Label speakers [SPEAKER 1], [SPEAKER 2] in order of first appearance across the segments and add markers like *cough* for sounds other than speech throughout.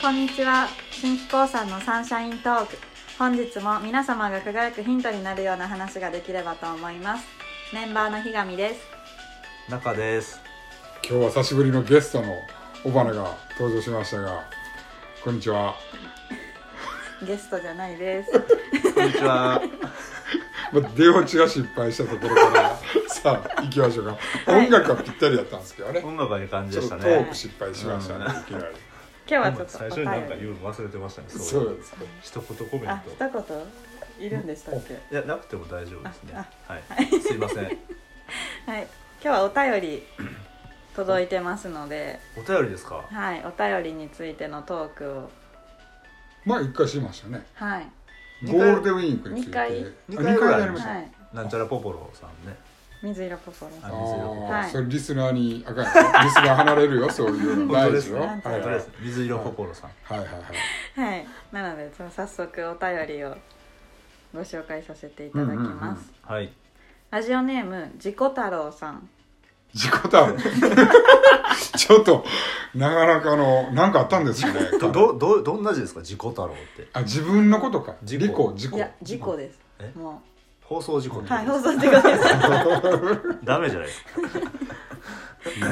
[SPEAKER 1] こんにちは新機構さんのサンシャイントーク本日も皆様が輝くヒントになるような話ができればと思いますメンバーの日上です
[SPEAKER 2] 中です
[SPEAKER 3] 今日は久しぶりのゲストの尾花が登場しましたがこんにちは
[SPEAKER 1] ゲストじゃない
[SPEAKER 2] *laughs*
[SPEAKER 1] です
[SPEAKER 2] こんにち
[SPEAKER 1] *laughs*
[SPEAKER 2] は
[SPEAKER 3] まあ出落ちが失敗したところから
[SPEAKER 2] *laughs*
[SPEAKER 3] さあ行きましょうか音楽はぴったりだったんですけどね
[SPEAKER 2] 音楽がいい感じ
[SPEAKER 3] ち
[SPEAKER 2] で
[SPEAKER 3] ょっ
[SPEAKER 2] した
[SPEAKER 3] とト
[SPEAKER 2] ね
[SPEAKER 3] ーク失敗しましたねいきなり
[SPEAKER 1] 今日は
[SPEAKER 2] 今
[SPEAKER 1] ちょっと
[SPEAKER 2] 最初になんか
[SPEAKER 1] お便り
[SPEAKER 2] 言うの忘れてましたね
[SPEAKER 3] そううですね
[SPEAKER 2] 一言コメン
[SPEAKER 1] あ
[SPEAKER 2] ト
[SPEAKER 1] 一言いるんでしたっけ
[SPEAKER 2] いやなくても大丈夫ですね
[SPEAKER 1] あ
[SPEAKER 2] はいすいません
[SPEAKER 1] はい今日はお便り届いてますので
[SPEAKER 2] お便りですか
[SPEAKER 1] はいお便りについてのトークを
[SPEAKER 3] まあ一回しましたね
[SPEAKER 1] はい
[SPEAKER 3] ゴールデンウィークに
[SPEAKER 1] 二
[SPEAKER 3] ついて
[SPEAKER 1] 回
[SPEAKER 3] 二
[SPEAKER 2] 二回ぐらい
[SPEAKER 3] やりました、
[SPEAKER 1] はい
[SPEAKER 2] なんちゃらポポロさんね
[SPEAKER 1] 水色ポポロさ
[SPEAKER 2] あ
[SPEAKER 1] ん
[SPEAKER 3] あ
[SPEAKER 1] は
[SPEAKER 3] あ、
[SPEAKER 1] はい
[SPEAKER 3] それリスナーにあかんよリスナー離れるよそういうの
[SPEAKER 2] *laughs* 本当
[SPEAKER 3] 大
[SPEAKER 2] で
[SPEAKER 3] 事
[SPEAKER 2] す
[SPEAKER 3] よ
[SPEAKER 2] ね
[SPEAKER 3] はい
[SPEAKER 1] 本
[SPEAKER 3] はい
[SPEAKER 2] 本当
[SPEAKER 3] は
[SPEAKER 2] です水色ポポロさん
[SPEAKER 3] いはい
[SPEAKER 1] いなのでちょっと早速お便りをご紹介させていただきます、
[SPEAKER 3] うんうんうん
[SPEAKER 2] はい
[SPEAKER 1] ラジオネーム自己太郎さん
[SPEAKER 3] 自己タウ *laughs* ちょっとなかなかの何かあったんですかね
[SPEAKER 2] *laughs* どどどどんな字ですか自己太郎って
[SPEAKER 3] あ自分のことか
[SPEAKER 2] 事
[SPEAKER 3] 事
[SPEAKER 2] 故
[SPEAKER 3] 故事
[SPEAKER 1] い
[SPEAKER 3] 故
[SPEAKER 1] や事故です
[SPEAKER 2] え
[SPEAKER 1] も
[SPEAKER 2] 放送事故
[SPEAKER 1] う
[SPEAKER 2] って
[SPEAKER 1] はい
[SPEAKER 2] こと
[SPEAKER 1] 放送事故です
[SPEAKER 2] ダメじゃないです *laughs* か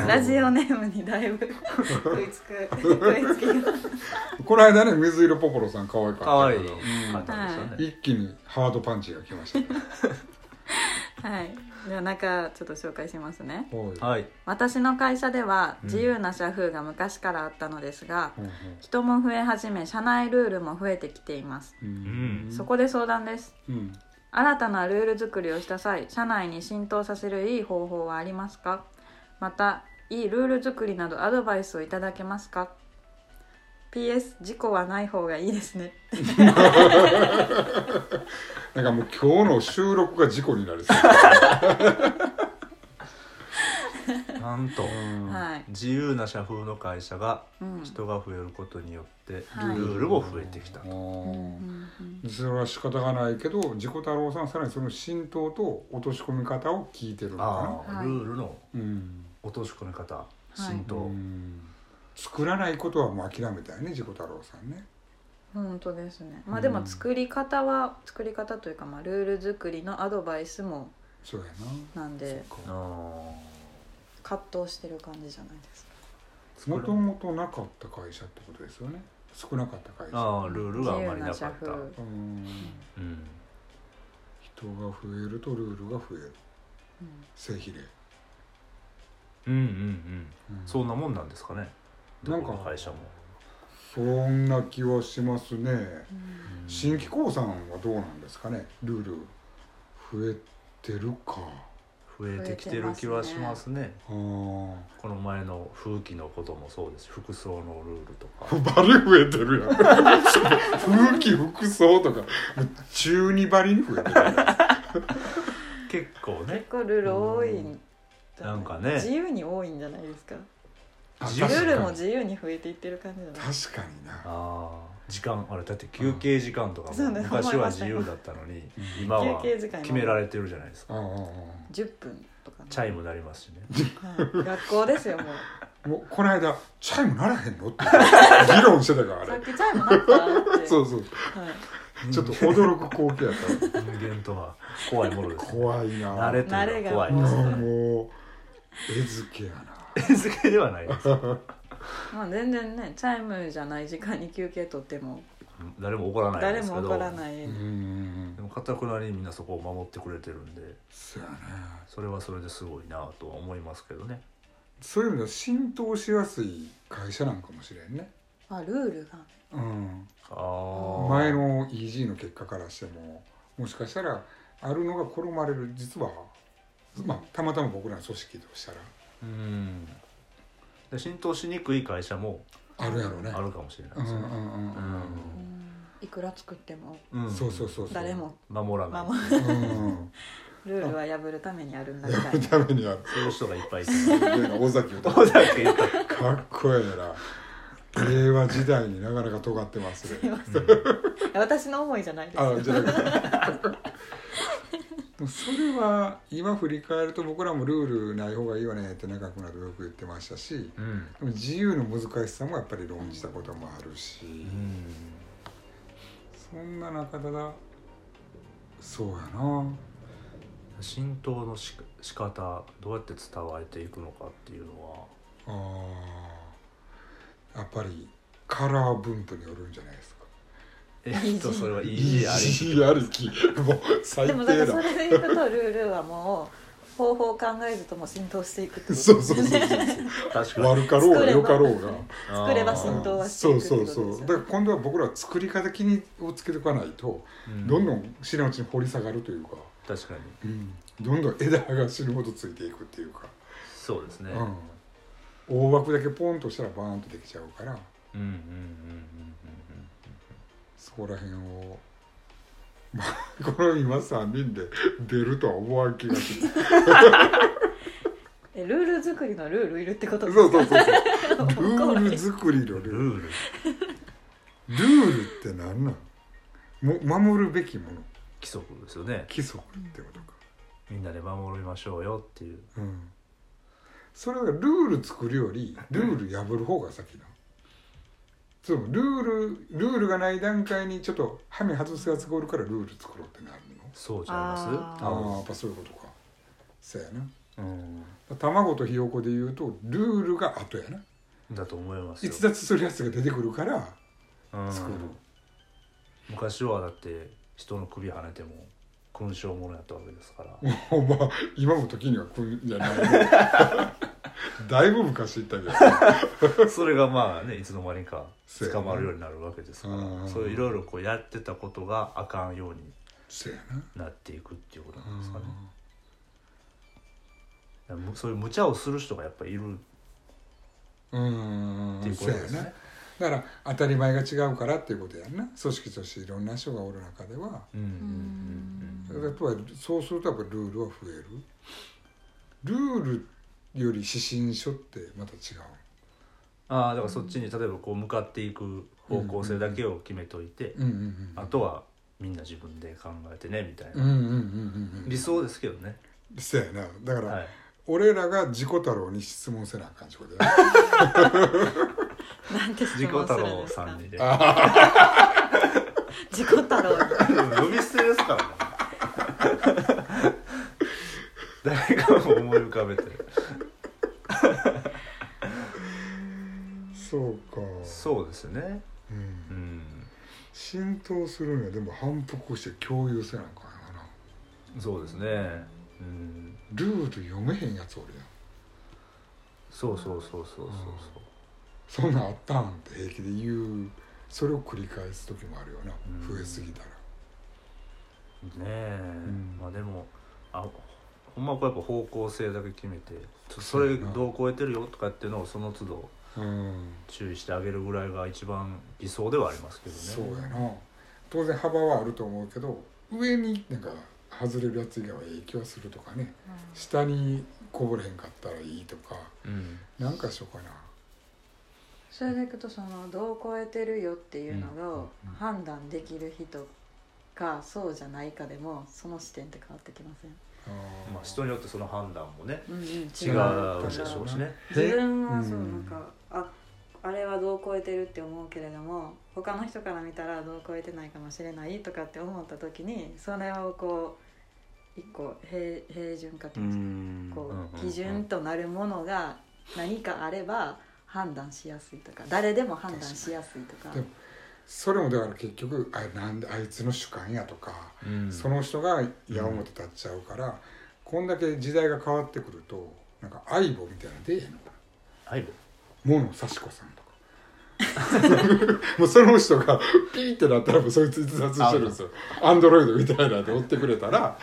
[SPEAKER 1] ラジオネームにだいぶ食いつく食いつきが
[SPEAKER 3] この間ね水色ポポロさん可愛かった
[SPEAKER 2] 可愛い
[SPEAKER 3] けど
[SPEAKER 2] 方でしたね
[SPEAKER 3] 一気にハードパンチが来ましたね
[SPEAKER 1] はいじゃあ中ちょっと紹介しますね
[SPEAKER 3] おい
[SPEAKER 2] はい
[SPEAKER 1] 私の会社では自由な社風が昔からあったのですが、
[SPEAKER 3] うん
[SPEAKER 1] 人も増え始め社内ルールも増えてきています、
[SPEAKER 3] うん
[SPEAKER 2] うん
[SPEAKER 1] そこで相談です
[SPEAKER 3] うん
[SPEAKER 1] 新たなルール作りをした際社内に浸透させるいい方法はありますかまたいいルール作りなどアドバイスをいただけますか PS 事故はない方がいいですね
[SPEAKER 3] なんかもう今日の収録が事故になりそう
[SPEAKER 2] なんと
[SPEAKER 3] うん
[SPEAKER 1] はい、
[SPEAKER 2] 自由な社風の会社が
[SPEAKER 1] うん
[SPEAKER 2] 人が増えることによってル
[SPEAKER 1] はい
[SPEAKER 2] ールも増えてきた
[SPEAKER 3] う
[SPEAKER 2] と、
[SPEAKER 1] うんうんん
[SPEAKER 3] それは仕方がないけど自己太郎さんはさらにその浸透と落とし込み方を聞いてるの
[SPEAKER 2] ああ、
[SPEAKER 3] か
[SPEAKER 1] はい
[SPEAKER 2] ルールの
[SPEAKER 3] なうん
[SPEAKER 2] 落とし込み方
[SPEAKER 1] い
[SPEAKER 2] 浸透、
[SPEAKER 3] うん作らないことはもう諦めたよね自己太郎さんね
[SPEAKER 1] 本当ですねまあでも作り方は作り方というか、まあ、ルール作りのアドバイスも
[SPEAKER 3] そうやな
[SPEAKER 1] なんで
[SPEAKER 2] ああ
[SPEAKER 1] 葛藤してる感じじゃないですか
[SPEAKER 3] もともとなかった会社ってことですよね少なかった会社
[SPEAKER 2] ああルールがあまりなかっ
[SPEAKER 1] 自
[SPEAKER 2] た、
[SPEAKER 1] 由な社
[SPEAKER 2] う
[SPEAKER 1] 風
[SPEAKER 3] うん
[SPEAKER 2] ん、
[SPEAKER 3] 人が増えるとルールが増える
[SPEAKER 1] うん
[SPEAKER 3] 正比例、
[SPEAKER 2] うんうんうん
[SPEAKER 3] うん
[SPEAKER 2] そんなもんなんですかね
[SPEAKER 3] な
[SPEAKER 2] ど
[SPEAKER 3] ん
[SPEAKER 2] こ
[SPEAKER 3] か
[SPEAKER 2] の会社も、
[SPEAKER 3] そんな気はしますね
[SPEAKER 1] うん
[SPEAKER 2] うん
[SPEAKER 3] 新規興産はどうなんですかねルール増えてるか
[SPEAKER 2] 増えてきてる気はしますね
[SPEAKER 3] あー
[SPEAKER 2] この前の風紀のこともそうですし服装のルールとか
[SPEAKER 3] バリ増えてるやん風紀服装とかもう中二バリに増えてるやん
[SPEAKER 2] 結構ね
[SPEAKER 1] 結構ルール多いんじゃい
[SPEAKER 2] なんかね
[SPEAKER 1] 自由に多いんじゃないですか
[SPEAKER 3] あ
[SPEAKER 2] 自
[SPEAKER 1] ル
[SPEAKER 2] 由
[SPEAKER 3] 確かに
[SPEAKER 1] ールも自由に増えていってる感じじゃない
[SPEAKER 3] 確かにな
[SPEAKER 2] ああ時間あれだって休憩時間とか
[SPEAKER 1] そう
[SPEAKER 2] も
[SPEAKER 1] ね
[SPEAKER 2] 昔は自由だったのに
[SPEAKER 3] うん
[SPEAKER 2] 今は
[SPEAKER 1] 休憩時間も
[SPEAKER 2] 決められてるじゃないですか
[SPEAKER 3] あああ
[SPEAKER 1] 10分とかね、
[SPEAKER 2] チャイム鳴りますしね
[SPEAKER 1] はい学校ですよもう
[SPEAKER 3] あもうこの間チャイムならへんのって議論してたからあ
[SPEAKER 1] さっ
[SPEAKER 3] れ
[SPEAKER 1] きチャイム鳴ったって
[SPEAKER 3] そうそう
[SPEAKER 1] はい、
[SPEAKER 3] ちょっと驚く光景やったわ
[SPEAKER 2] 人間とは怖いものですね
[SPEAKER 3] 怖い
[SPEAKER 2] 慣
[SPEAKER 3] な
[SPEAKER 2] れというのは怖い
[SPEAKER 3] い
[SPEAKER 2] で
[SPEAKER 3] や
[SPEAKER 2] すね
[SPEAKER 3] もう絵付けやな
[SPEAKER 2] 手付けではないです
[SPEAKER 1] まあ、全然ねチャイムじゃない時間に休憩取っても
[SPEAKER 2] 誰も怒らないん
[SPEAKER 1] 誰
[SPEAKER 2] ですけ
[SPEAKER 1] も
[SPEAKER 2] ど
[SPEAKER 1] 怒らないう
[SPEAKER 3] ーん
[SPEAKER 2] でもかたくなにみんなそこを守ってくれてるんで
[SPEAKER 3] そうやね
[SPEAKER 2] それはそれですごいなとは思いますけどね
[SPEAKER 3] そういう意味では浸透しやすい会社なんかもしれんね
[SPEAKER 1] あルールが
[SPEAKER 3] うん
[SPEAKER 2] あー
[SPEAKER 3] 前の EG の結果からしてももしかしたらあるのが好まれる実はまあたまたま僕らの組織としたら
[SPEAKER 2] うんで浸透しにくい会社も
[SPEAKER 3] あるやろうね
[SPEAKER 2] あるかもしれない
[SPEAKER 3] う
[SPEAKER 2] で
[SPEAKER 3] んう
[SPEAKER 2] すよ
[SPEAKER 3] ん
[SPEAKER 2] ね
[SPEAKER 3] うん
[SPEAKER 1] う
[SPEAKER 2] うん
[SPEAKER 1] いくら作っても
[SPEAKER 2] んうん
[SPEAKER 3] そうそうそうそう
[SPEAKER 1] 誰も
[SPEAKER 2] 守らない
[SPEAKER 1] 守る
[SPEAKER 3] うん
[SPEAKER 1] ルールは破るためにあるんだみ
[SPEAKER 3] や
[SPEAKER 1] た
[SPEAKER 3] る *laughs*
[SPEAKER 1] いな
[SPEAKER 3] ためには
[SPEAKER 2] そういう人がいっぱいいて
[SPEAKER 3] 尾崎歌
[SPEAKER 2] そうだけ言った
[SPEAKER 3] かっこええな令和時代になかなか尖ってますね
[SPEAKER 1] 私の思いじゃないです
[SPEAKER 3] あじゃなくてもそれは今振り返ると僕らもルールない方がいいよねって長くなるとよく言ってましたし
[SPEAKER 2] うん
[SPEAKER 3] でも自由の難しさもやっぱり論じたこともあるし、そんな中だだそうやな
[SPEAKER 2] 浸透のし仕方どうやって伝われていくのかっていうのは
[SPEAKER 3] あーやっぱりカラー分布によるんじゃないですか
[SPEAKER 2] えっとそれは EG あり
[SPEAKER 3] 意義ありきもう最
[SPEAKER 1] で
[SPEAKER 3] 低
[SPEAKER 1] も
[SPEAKER 3] だ
[SPEAKER 1] だからそれでいくとルールはもう方法を考えずとも浸透していくってこと
[SPEAKER 3] *laughs* そうそうそうそう
[SPEAKER 2] 確かに
[SPEAKER 3] 悪かろう
[SPEAKER 1] 作れ
[SPEAKER 3] が
[SPEAKER 1] ば
[SPEAKER 3] よかろうが
[SPEAKER 1] 作れば浸透はしていくって
[SPEAKER 3] そ
[SPEAKER 1] こと
[SPEAKER 3] う
[SPEAKER 1] です
[SPEAKER 3] そ
[SPEAKER 1] よ
[SPEAKER 3] う
[SPEAKER 1] ね
[SPEAKER 3] そうだから今度は僕らは作り方気にをつけておかないと、どんど
[SPEAKER 2] ん
[SPEAKER 3] ん知らんうちに掘り下がるというか、
[SPEAKER 2] 確かに
[SPEAKER 3] どんどん枝が死ぬほどついていくっていうか、
[SPEAKER 2] そうですね
[SPEAKER 3] うん、大枠だけポンとしたらバーンとできちゃうから
[SPEAKER 2] うんうんうんうん
[SPEAKER 3] そこら辺を、まあ、 *laughs* この今3人で出るとは思わん気がする
[SPEAKER 1] *laughs* えルール作りのルールいるってこと
[SPEAKER 3] そ
[SPEAKER 1] で
[SPEAKER 3] う
[SPEAKER 1] すか
[SPEAKER 3] そうそう
[SPEAKER 1] *laughs*
[SPEAKER 3] そうル
[SPEAKER 1] 怖い
[SPEAKER 3] ール作りの
[SPEAKER 2] うん
[SPEAKER 3] ルール
[SPEAKER 2] ルール
[SPEAKER 3] ルールって何なんも守るべきもの
[SPEAKER 2] 規則ですよね
[SPEAKER 3] 規則ってことか
[SPEAKER 2] みんなで守りましょうよっていう
[SPEAKER 3] うんそれはルール作るよりルール破る方が先なのそうルールルールがない段階にちょっとハメ外すやつがおるからルール作ろうってなるの
[SPEAKER 2] そうちゃいま
[SPEAKER 1] あ
[SPEAKER 2] す
[SPEAKER 1] ー
[SPEAKER 3] ああやっぱそういうことかそうやな
[SPEAKER 2] うん
[SPEAKER 3] 卵とひよこで言うとルールが後やな
[SPEAKER 2] だと思いますよ
[SPEAKER 3] 逸脱するやつが出てくるから
[SPEAKER 2] うん
[SPEAKER 3] 作る、 *laughs*
[SPEAKER 2] 昔はだって人の首跳ねても勲章ものやったわけですから
[SPEAKER 3] *laughs* ほんま今も時には来んじゃない *laughs* だいぶ昔言ったけど
[SPEAKER 2] それがまあねいつの間にか
[SPEAKER 3] そうや
[SPEAKER 2] 捕
[SPEAKER 3] な
[SPEAKER 2] まるようになるわけですから、
[SPEAKER 3] うん
[SPEAKER 2] そういろいろこうやってたことがあかんように
[SPEAKER 3] そうやな
[SPEAKER 2] なっていくっていうことなんですかね、
[SPEAKER 3] う
[SPEAKER 2] だからむそういう無茶をする人がやっぱりいる
[SPEAKER 3] ん
[SPEAKER 2] っていうこと
[SPEAKER 3] そうや
[SPEAKER 2] です
[SPEAKER 3] な
[SPEAKER 2] ね、
[SPEAKER 3] だから当たり前が違うからっていうことやんな組織としていろんな人がおる中では
[SPEAKER 2] うんうん
[SPEAKER 3] や
[SPEAKER 2] う
[SPEAKER 3] っ
[SPEAKER 2] ん
[SPEAKER 3] ぱ
[SPEAKER 2] うん
[SPEAKER 3] りそうするとやっぱルールは増えるルールより指針書ってまた違
[SPEAKER 2] ああだからそっちに例えばこう向かっていく方向性だけを決めといて、
[SPEAKER 3] ううんうんうん
[SPEAKER 2] あとはみんな自分で考えてねみたい
[SPEAKER 3] うん
[SPEAKER 2] な、
[SPEAKER 3] うんうんうんうん
[SPEAKER 2] 理想ですけどね、
[SPEAKER 3] そうやなだから、
[SPEAKER 2] はい、
[SPEAKER 3] 俺らが自己太郎に質問せなあかんってことや
[SPEAKER 2] *laughs*
[SPEAKER 1] な
[SPEAKER 3] な
[SPEAKER 1] んて質
[SPEAKER 2] 自己
[SPEAKER 1] 問す
[SPEAKER 2] 太
[SPEAKER 1] るん
[SPEAKER 2] 郎
[SPEAKER 1] です
[SPEAKER 2] さ
[SPEAKER 1] か
[SPEAKER 2] んにで
[SPEAKER 1] 自己太郎
[SPEAKER 2] 呼び捨てですからね *laughs* 誰かを思い浮かべて
[SPEAKER 3] そうか
[SPEAKER 2] そうですね
[SPEAKER 3] う、
[SPEAKER 2] うんん
[SPEAKER 3] 浸透するにはでも反復して共有せなあかんよな
[SPEAKER 2] そうですねうん
[SPEAKER 3] ルール読めへんやつおるやん
[SPEAKER 2] そうそうそうそうそう
[SPEAKER 3] そんなんあったんって平気で言うそれを繰り返す時もあるよな
[SPEAKER 2] うん
[SPEAKER 3] 増えすぎたら
[SPEAKER 2] そうねえ、
[SPEAKER 3] うん
[SPEAKER 2] まあでもあほんまはこうやっぱ方向性だけ決めてちょそれどう超えてるよとかっていうのをその都度
[SPEAKER 3] うん
[SPEAKER 2] 注意してあげるぐらいが一番理想ではありますけどね
[SPEAKER 3] そうやな当然幅はあると思うけど上になんか外れるやつ以外は影響するとかね下にこぼれへんかったらいいとか
[SPEAKER 2] うん
[SPEAKER 3] なんかしようかな
[SPEAKER 1] それでいくとその「どう超えてるよ」っていうのを
[SPEAKER 3] うんうん
[SPEAKER 1] 判断できる人かそうじゃないかでもその視点って変わってきません、
[SPEAKER 3] あー
[SPEAKER 2] まあ人によってその判断もね
[SPEAKER 1] うんうん、
[SPEAKER 2] 違
[SPEAKER 1] 違
[SPEAKER 2] う
[SPEAKER 1] う
[SPEAKER 2] でしょうしね
[SPEAKER 1] 自分はそううんなんか、ああれはどう超えてるって思うけれども他の人から見たらどう超えてないかもしれないとかって思った時にそれをこう一個平平準化と
[SPEAKER 3] う
[SPEAKER 1] いうか、
[SPEAKER 3] ん
[SPEAKER 1] こ
[SPEAKER 2] うんうんうん
[SPEAKER 1] う基準となるものが何かあれば判断しやすいとか誰でも判断しやすいとか
[SPEAKER 3] でもそれもだから結局あなんであいつの主観やとか、
[SPEAKER 2] うん
[SPEAKER 3] その人が矢面立っちゃうから、こんだけ時代が変わってくるとなんか相棒みたいなの出えへんの
[SPEAKER 2] はい
[SPEAKER 3] モノサシコさんとか *laughs* もうその人がピーってなったらもうそいつ逸脱してるんですよアンドロイドみたいなので追ってくれたら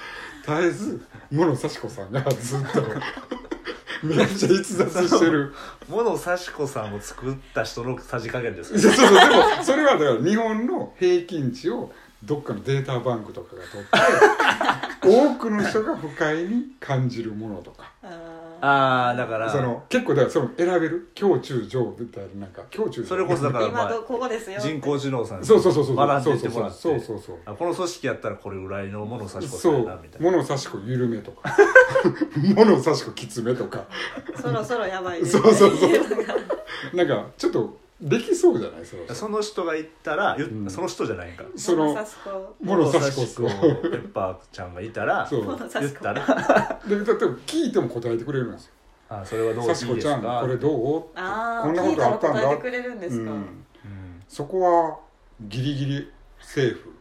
[SPEAKER 3] 絶えずモノサシコさんがずっとめっちゃ逸脱してる
[SPEAKER 2] 物幸子さんを作った人のさじ加減です
[SPEAKER 3] そう
[SPEAKER 2] よね
[SPEAKER 3] そうでもそれはだから日本の平均値をどっかのデータバンクとかが取って多くの人が不快に感じるものとか
[SPEAKER 1] あー
[SPEAKER 2] ああだから
[SPEAKER 3] その結構だからその選べる強中上みたいななんか強中上
[SPEAKER 2] それこそだからま
[SPEAKER 1] 今
[SPEAKER 2] あ
[SPEAKER 1] どここですよ
[SPEAKER 2] 人工知能さんに
[SPEAKER 3] そうそうそうそう
[SPEAKER 2] 学んでいってもらって
[SPEAKER 3] そうそうそう
[SPEAKER 2] あこの組織やったらこれぐらいのものを差し
[SPEAKER 3] そ
[SPEAKER 2] 込んだな
[SPEAKER 3] う
[SPEAKER 2] みたいな
[SPEAKER 3] 物差し子緩めとか *laughs* 物差し子きつめとか
[SPEAKER 1] そろそろやばい
[SPEAKER 3] そうそうそう
[SPEAKER 1] みたいな
[SPEAKER 3] なんかちょっとできそうじゃないその人
[SPEAKER 2] その人が言ったら、言っ
[SPEAKER 3] うん
[SPEAKER 2] その人じゃないんか
[SPEAKER 3] そ
[SPEAKER 1] 物差
[SPEAKER 3] の
[SPEAKER 1] し子
[SPEAKER 3] 物差し子
[SPEAKER 2] 物差し子ペッパーちゃんがいたら
[SPEAKER 3] そう
[SPEAKER 1] 物差
[SPEAKER 2] 言っ
[SPEAKER 1] し子
[SPEAKER 2] たら
[SPEAKER 3] で例えば聞いても答えてくれるんですよ
[SPEAKER 2] あそれは
[SPEAKER 3] 「
[SPEAKER 2] どういい
[SPEAKER 3] さしこ
[SPEAKER 2] で
[SPEAKER 3] ち
[SPEAKER 2] す
[SPEAKER 3] ゃん
[SPEAKER 2] か
[SPEAKER 3] これどう?」って
[SPEAKER 1] ああ
[SPEAKER 3] こんなことあったん
[SPEAKER 1] 聞
[SPEAKER 3] だ
[SPEAKER 1] いたら答えてくれるんですか、
[SPEAKER 3] うん
[SPEAKER 2] うん
[SPEAKER 3] そこはギリギリセーフ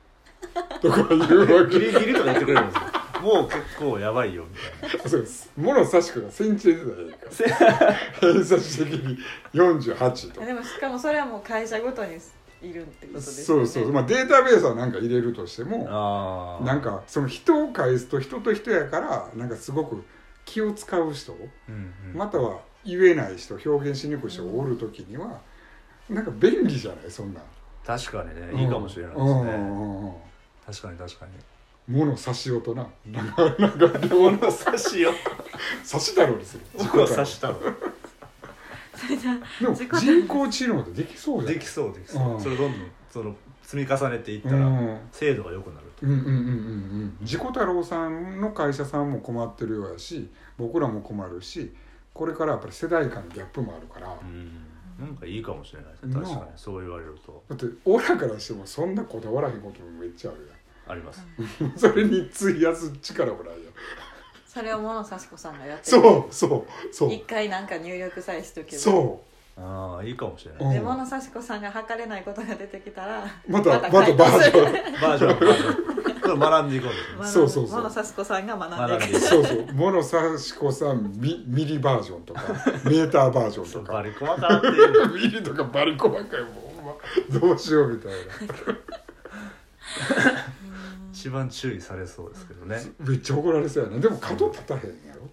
[SPEAKER 3] とかいうわけ
[SPEAKER 2] ギリギリとか言ってくれるんですよもう結構やばいよみたいな
[SPEAKER 3] そうです物差し子が先知でたら *laughs* いいか偏差値的に48と
[SPEAKER 1] でもしかもそれはもう会社ごとにいるってこと
[SPEAKER 3] か
[SPEAKER 1] です
[SPEAKER 3] そうそう、まあ、データベースはなんか入れるとしても
[SPEAKER 2] ああ
[SPEAKER 3] なん、かその人を介すと人と人やからなんかすごく気を使う人
[SPEAKER 2] うんうん
[SPEAKER 3] または言えない人表現しにくい人がおる時にはなんか便利じゃないそんな
[SPEAKER 2] 確かにね、
[SPEAKER 3] ん
[SPEAKER 2] いいかもしれないで
[SPEAKER 3] う
[SPEAKER 2] す
[SPEAKER 3] んう
[SPEAKER 2] ね
[SPEAKER 3] んうんうん
[SPEAKER 2] 確かに確かに
[SPEAKER 3] 物差し音ななんかなんか両の
[SPEAKER 2] 差しよ
[SPEAKER 3] 差しだろうですよ
[SPEAKER 2] 僕は差したの
[SPEAKER 3] でも
[SPEAKER 1] 自己対
[SPEAKER 3] 人工知能ってできそうじゃ
[SPEAKER 2] で
[SPEAKER 3] ない
[SPEAKER 2] きそうできそう、
[SPEAKER 3] うん
[SPEAKER 2] それどんどんその積み重ねていった
[SPEAKER 3] う
[SPEAKER 2] ら
[SPEAKER 3] ん
[SPEAKER 2] 精度が良くなると、
[SPEAKER 3] うんうんうんうんうん自己太郎さんの会社さんも困ってるようやし僕らも困るしこれからやっぱり世代間のギャップもあるから、
[SPEAKER 2] うん、なんかいいかもしれないです
[SPEAKER 3] な
[SPEAKER 2] ね
[SPEAKER 3] あ
[SPEAKER 2] 確かにそう言われると
[SPEAKER 3] だって俺らからしてもそんなこだわらへんこともめっちゃある
[SPEAKER 2] あります
[SPEAKER 3] やん *laughs* それに費やす力もないやん
[SPEAKER 1] それを物差し子さんがやってる
[SPEAKER 3] そうそうそう
[SPEAKER 1] 一回なんか入力さえしとけば
[SPEAKER 3] そ
[SPEAKER 2] ああいいかもしれ
[SPEAKER 3] う
[SPEAKER 2] ない
[SPEAKER 3] ん
[SPEAKER 1] で物差し子さんが測れないことが出てきたら
[SPEAKER 3] うまたまた
[SPEAKER 1] また
[SPEAKER 3] バージョ
[SPEAKER 2] バージョンバージョンそれ学んでいこう
[SPEAKER 1] *laughs*
[SPEAKER 2] です
[SPEAKER 1] 学
[SPEAKER 2] ね
[SPEAKER 1] ぶ
[SPEAKER 3] そうそうそう
[SPEAKER 1] 物差し子さんが学んでい
[SPEAKER 2] 学んで
[SPEAKER 1] く
[SPEAKER 3] ンそうそう物差し子さんミミリバージョン *laughs* とかメーターバージョン
[SPEAKER 2] そ
[SPEAKER 3] と
[SPEAKER 2] う
[SPEAKER 3] か
[SPEAKER 2] バリ細かっていう
[SPEAKER 3] ミリとかバリ細かいもうほんまどうしようみたい
[SPEAKER 2] 一番注意されそうですけどね
[SPEAKER 3] なめっちゃ怒られそうやなでも角立たへんやろ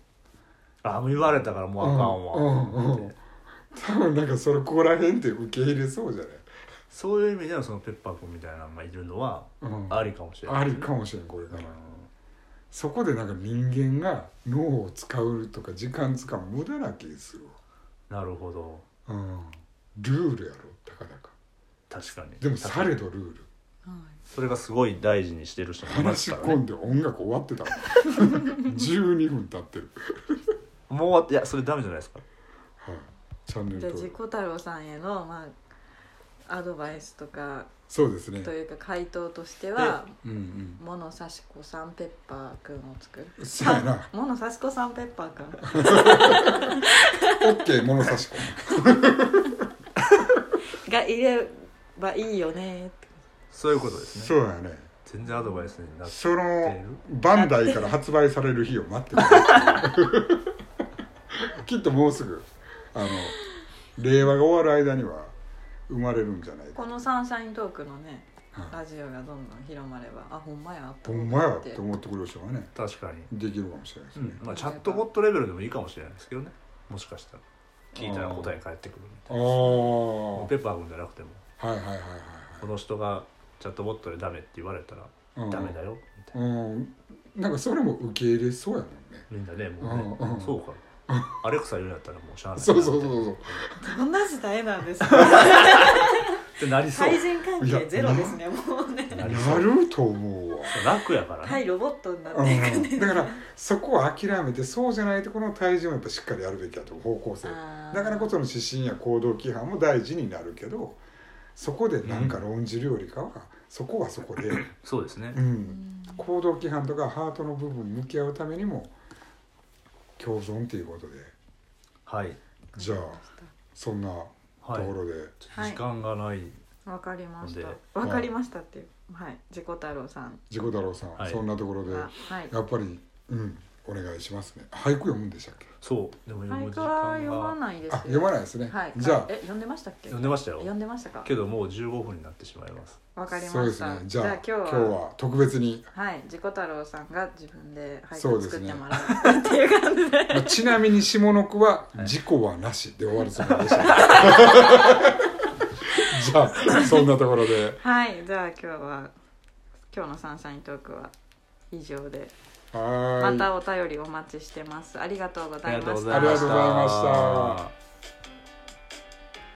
[SPEAKER 2] *laughs* ああもう言われたからもうあかんわ、
[SPEAKER 3] うんうんうん多分なんかそれここら辺って受け入れそうじゃない
[SPEAKER 2] そういう意味でのそのペッパー君みたいなのがいるのは
[SPEAKER 3] うん
[SPEAKER 2] ありかもしれない、
[SPEAKER 3] ありかもしれんこれからそこでなんか人間が脳を使うとか時間使うの無駄な気する
[SPEAKER 2] なるほど
[SPEAKER 3] わうんルールやろたかだか
[SPEAKER 2] 確かに
[SPEAKER 3] でもされどルール
[SPEAKER 2] それがすごい大事にしてる人もいま
[SPEAKER 3] 話し
[SPEAKER 2] すから
[SPEAKER 3] 込
[SPEAKER 2] ね
[SPEAKER 3] んで音楽終わってたもん
[SPEAKER 2] *laughs*
[SPEAKER 3] 12分経ってる、
[SPEAKER 2] もういやそれダメじゃないですか
[SPEAKER 3] はい、チャンネル
[SPEAKER 1] じゃあ自
[SPEAKER 3] 登
[SPEAKER 1] 己
[SPEAKER 3] 録
[SPEAKER 1] 太郎さんへの、まあ、アドバイスとか
[SPEAKER 3] そうですね
[SPEAKER 1] というか回答としては
[SPEAKER 3] うん
[SPEAKER 1] 物差し子さんペッパーくんを作る
[SPEAKER 3] うんそうや
[SPEAKER 1] *laughs*
[SPEAKER 3] な
[SPEAKER 1] 物差し子さんペッパーくん *laughs*
[SPEAKER 3] OK 物差し子
[SPEAKER 1] がいればいいよねって
[SPEAKER 2] そういうことです
[SPEAKER 3] そ
[SPEAKER 2] ね
[SPEAKER 3] うやね
[SPEAKER 2] 全然アドバイスになって
[SPEAKER 3] そのバンダイから発売される日を
[SPEAKER 2] *laughs*
[SPEAKER 3] 待ってるきっともうすぐあの令和が終わる間には生まれるんじゃないか
[SPEAKER 1] このサンシャイントークのね
[SPEAKER 3] はい
[SPEAKER 1] ラジオがどんどん広まればあほんまやと
[SPEAKER 3] ほ
[SPEAKER 1] 思っ
[SPEAKER 3] ん
[SPEAKER 1] て
[SPEAKER 3] まやって思ってくれる人がね
[SPEAKER 2] 確かに、
[SPEAKER 3] できるかもしれないです
[SPEAKER 2] う
[SPEAKER 3] ね、
[SPEAKER 2] んまあ、チャットボットレベルでもいいかもしれないですけどねもしかしたら聞いたら答え返ってくるみたいなもうペッパー君じゃなくても
[SPEAKER 3] ああはいはいはいはい
[SPEAKER 2] この人がチャットボットでダメって言われたら
[SPEAKER 3] はい
[SPEAKER 2] ダメだよみたいな
[SPEAKER 3] うんなんかそれも受け入れそうやもんね
[SPEAKER 2] みんなねもう
[SPEAKER 3] うん
[SPEAKER 2] ね
[SPEAKER 3] うん
[SPEAKER 2] そうかアレクサ言うんやったらもうしゃあないな
[SPEAKER 3] そうそうそうそう
[SPEAKER 1] どんな時代なんですか
[SPEAKER 3] *laughs*
[SPEAKER 2] ってなりそう
[SPEAKER 1] 対人関係ゼロですねもうね
[SPEAKER 2] なりそ
[SPEAKER 3] な
[SPEAKER 2] う
[SPEAKER 3] ると思うわ
[SPEAKER 2] 楽やからね、
[SPEAKER 1] 対ロボットになっていくね
[SPEAKER 3] うんだからそこを諦めてそうじゃないところの体重もやっぱしっかりやるべきだと思う方向性
[SPEAKER 1] あー
[SPEAKER 3] だからこその指針や行動規範も大事になるけどそこで何か論じるよりかは、そこはそこで、
[SPEAKER 2] そうですね
[SPEAKER 3] う、
[SPEAKER 1] うんん
[SPEAKER 3] 行動規範とかハートの部分に向き合うためにも共存っていうことで
[SPEAKER 2] はい
[SPEAKER 3] じゃあそんなと
[SPEAKER 2] はい
[SPEAKER 3] ころで、
[SPEAKER 1] はい
[SPEAKER 2] 時間がない、
[SPEAKER 1] わかりまし
[SPEAKER 2] で
[SPEAKER 1] たわかりましたっていうはい自己太郎さん
[SPEAKER 3] 自己太郎さん、
[SPEAKER 2] はい
[SPEAKER 3] そんなところで
[SPEAKER 1] が
[SPEAKER 3] や
[SPEAKER 1] はい
[SPEAKER 3] っぱり、うん、お願いしますね俳句読むんでしたっけ
[SPEAKER 2] そうでも読
[SPEAKER 1] 俳
[SPEAKER 2] む時
[SPEAKER 1] 句は
[SPEAKER 2] 間
[SPEAKER 1] 読ま
[SPEAKER 2] が
[SPEAKER 1] ないです
[SPEAKER 3] あ
[SPEAKER 1] よ
[SPEAKER 3] 読まないですね、
[SPEAKER 1] はい
[SPEAKER 3] じゃあ
[SPEAKER 1] え読んでましたっけ
[SPEAKER 2] 読んでました
[SPEAKER 1] 読
[SPEAKER 2] よ
[SPEAKER 1] んでましたか
[SPEAKER 2] けどもう15分になってしまいます
[SPEAKER 1] わかりました
[SPEAKER 3] そうですねじゃあ
[SPEAKER 1] 今日は
[SPEAKER 3] 今日は特別に
[SPEAKER 1] はい自己太郎さんが自分で俳
[SPEAKER 3] そう
[SPEAKER 1] 句
[SPEAKER 3] です
[SPEAKER 1] 作っ
[SPEAKER 3] ね
[SPEAKER 1] てもらうっていう感じで *laughs*
[SPEAKER 3] まあちなみに下の句は「事故はなし」で終わるつもりでした *laughs* じゃあそんなところで
[SPEAKER 1] *laughs* はいじゃあ今日は今日のサンシャイントークは以上で
[SPEAKER 3] はーい
[SPEAKER 1] またお便りお待ちしてますありがとうございました
[SPEAKER 3] ありがとうございました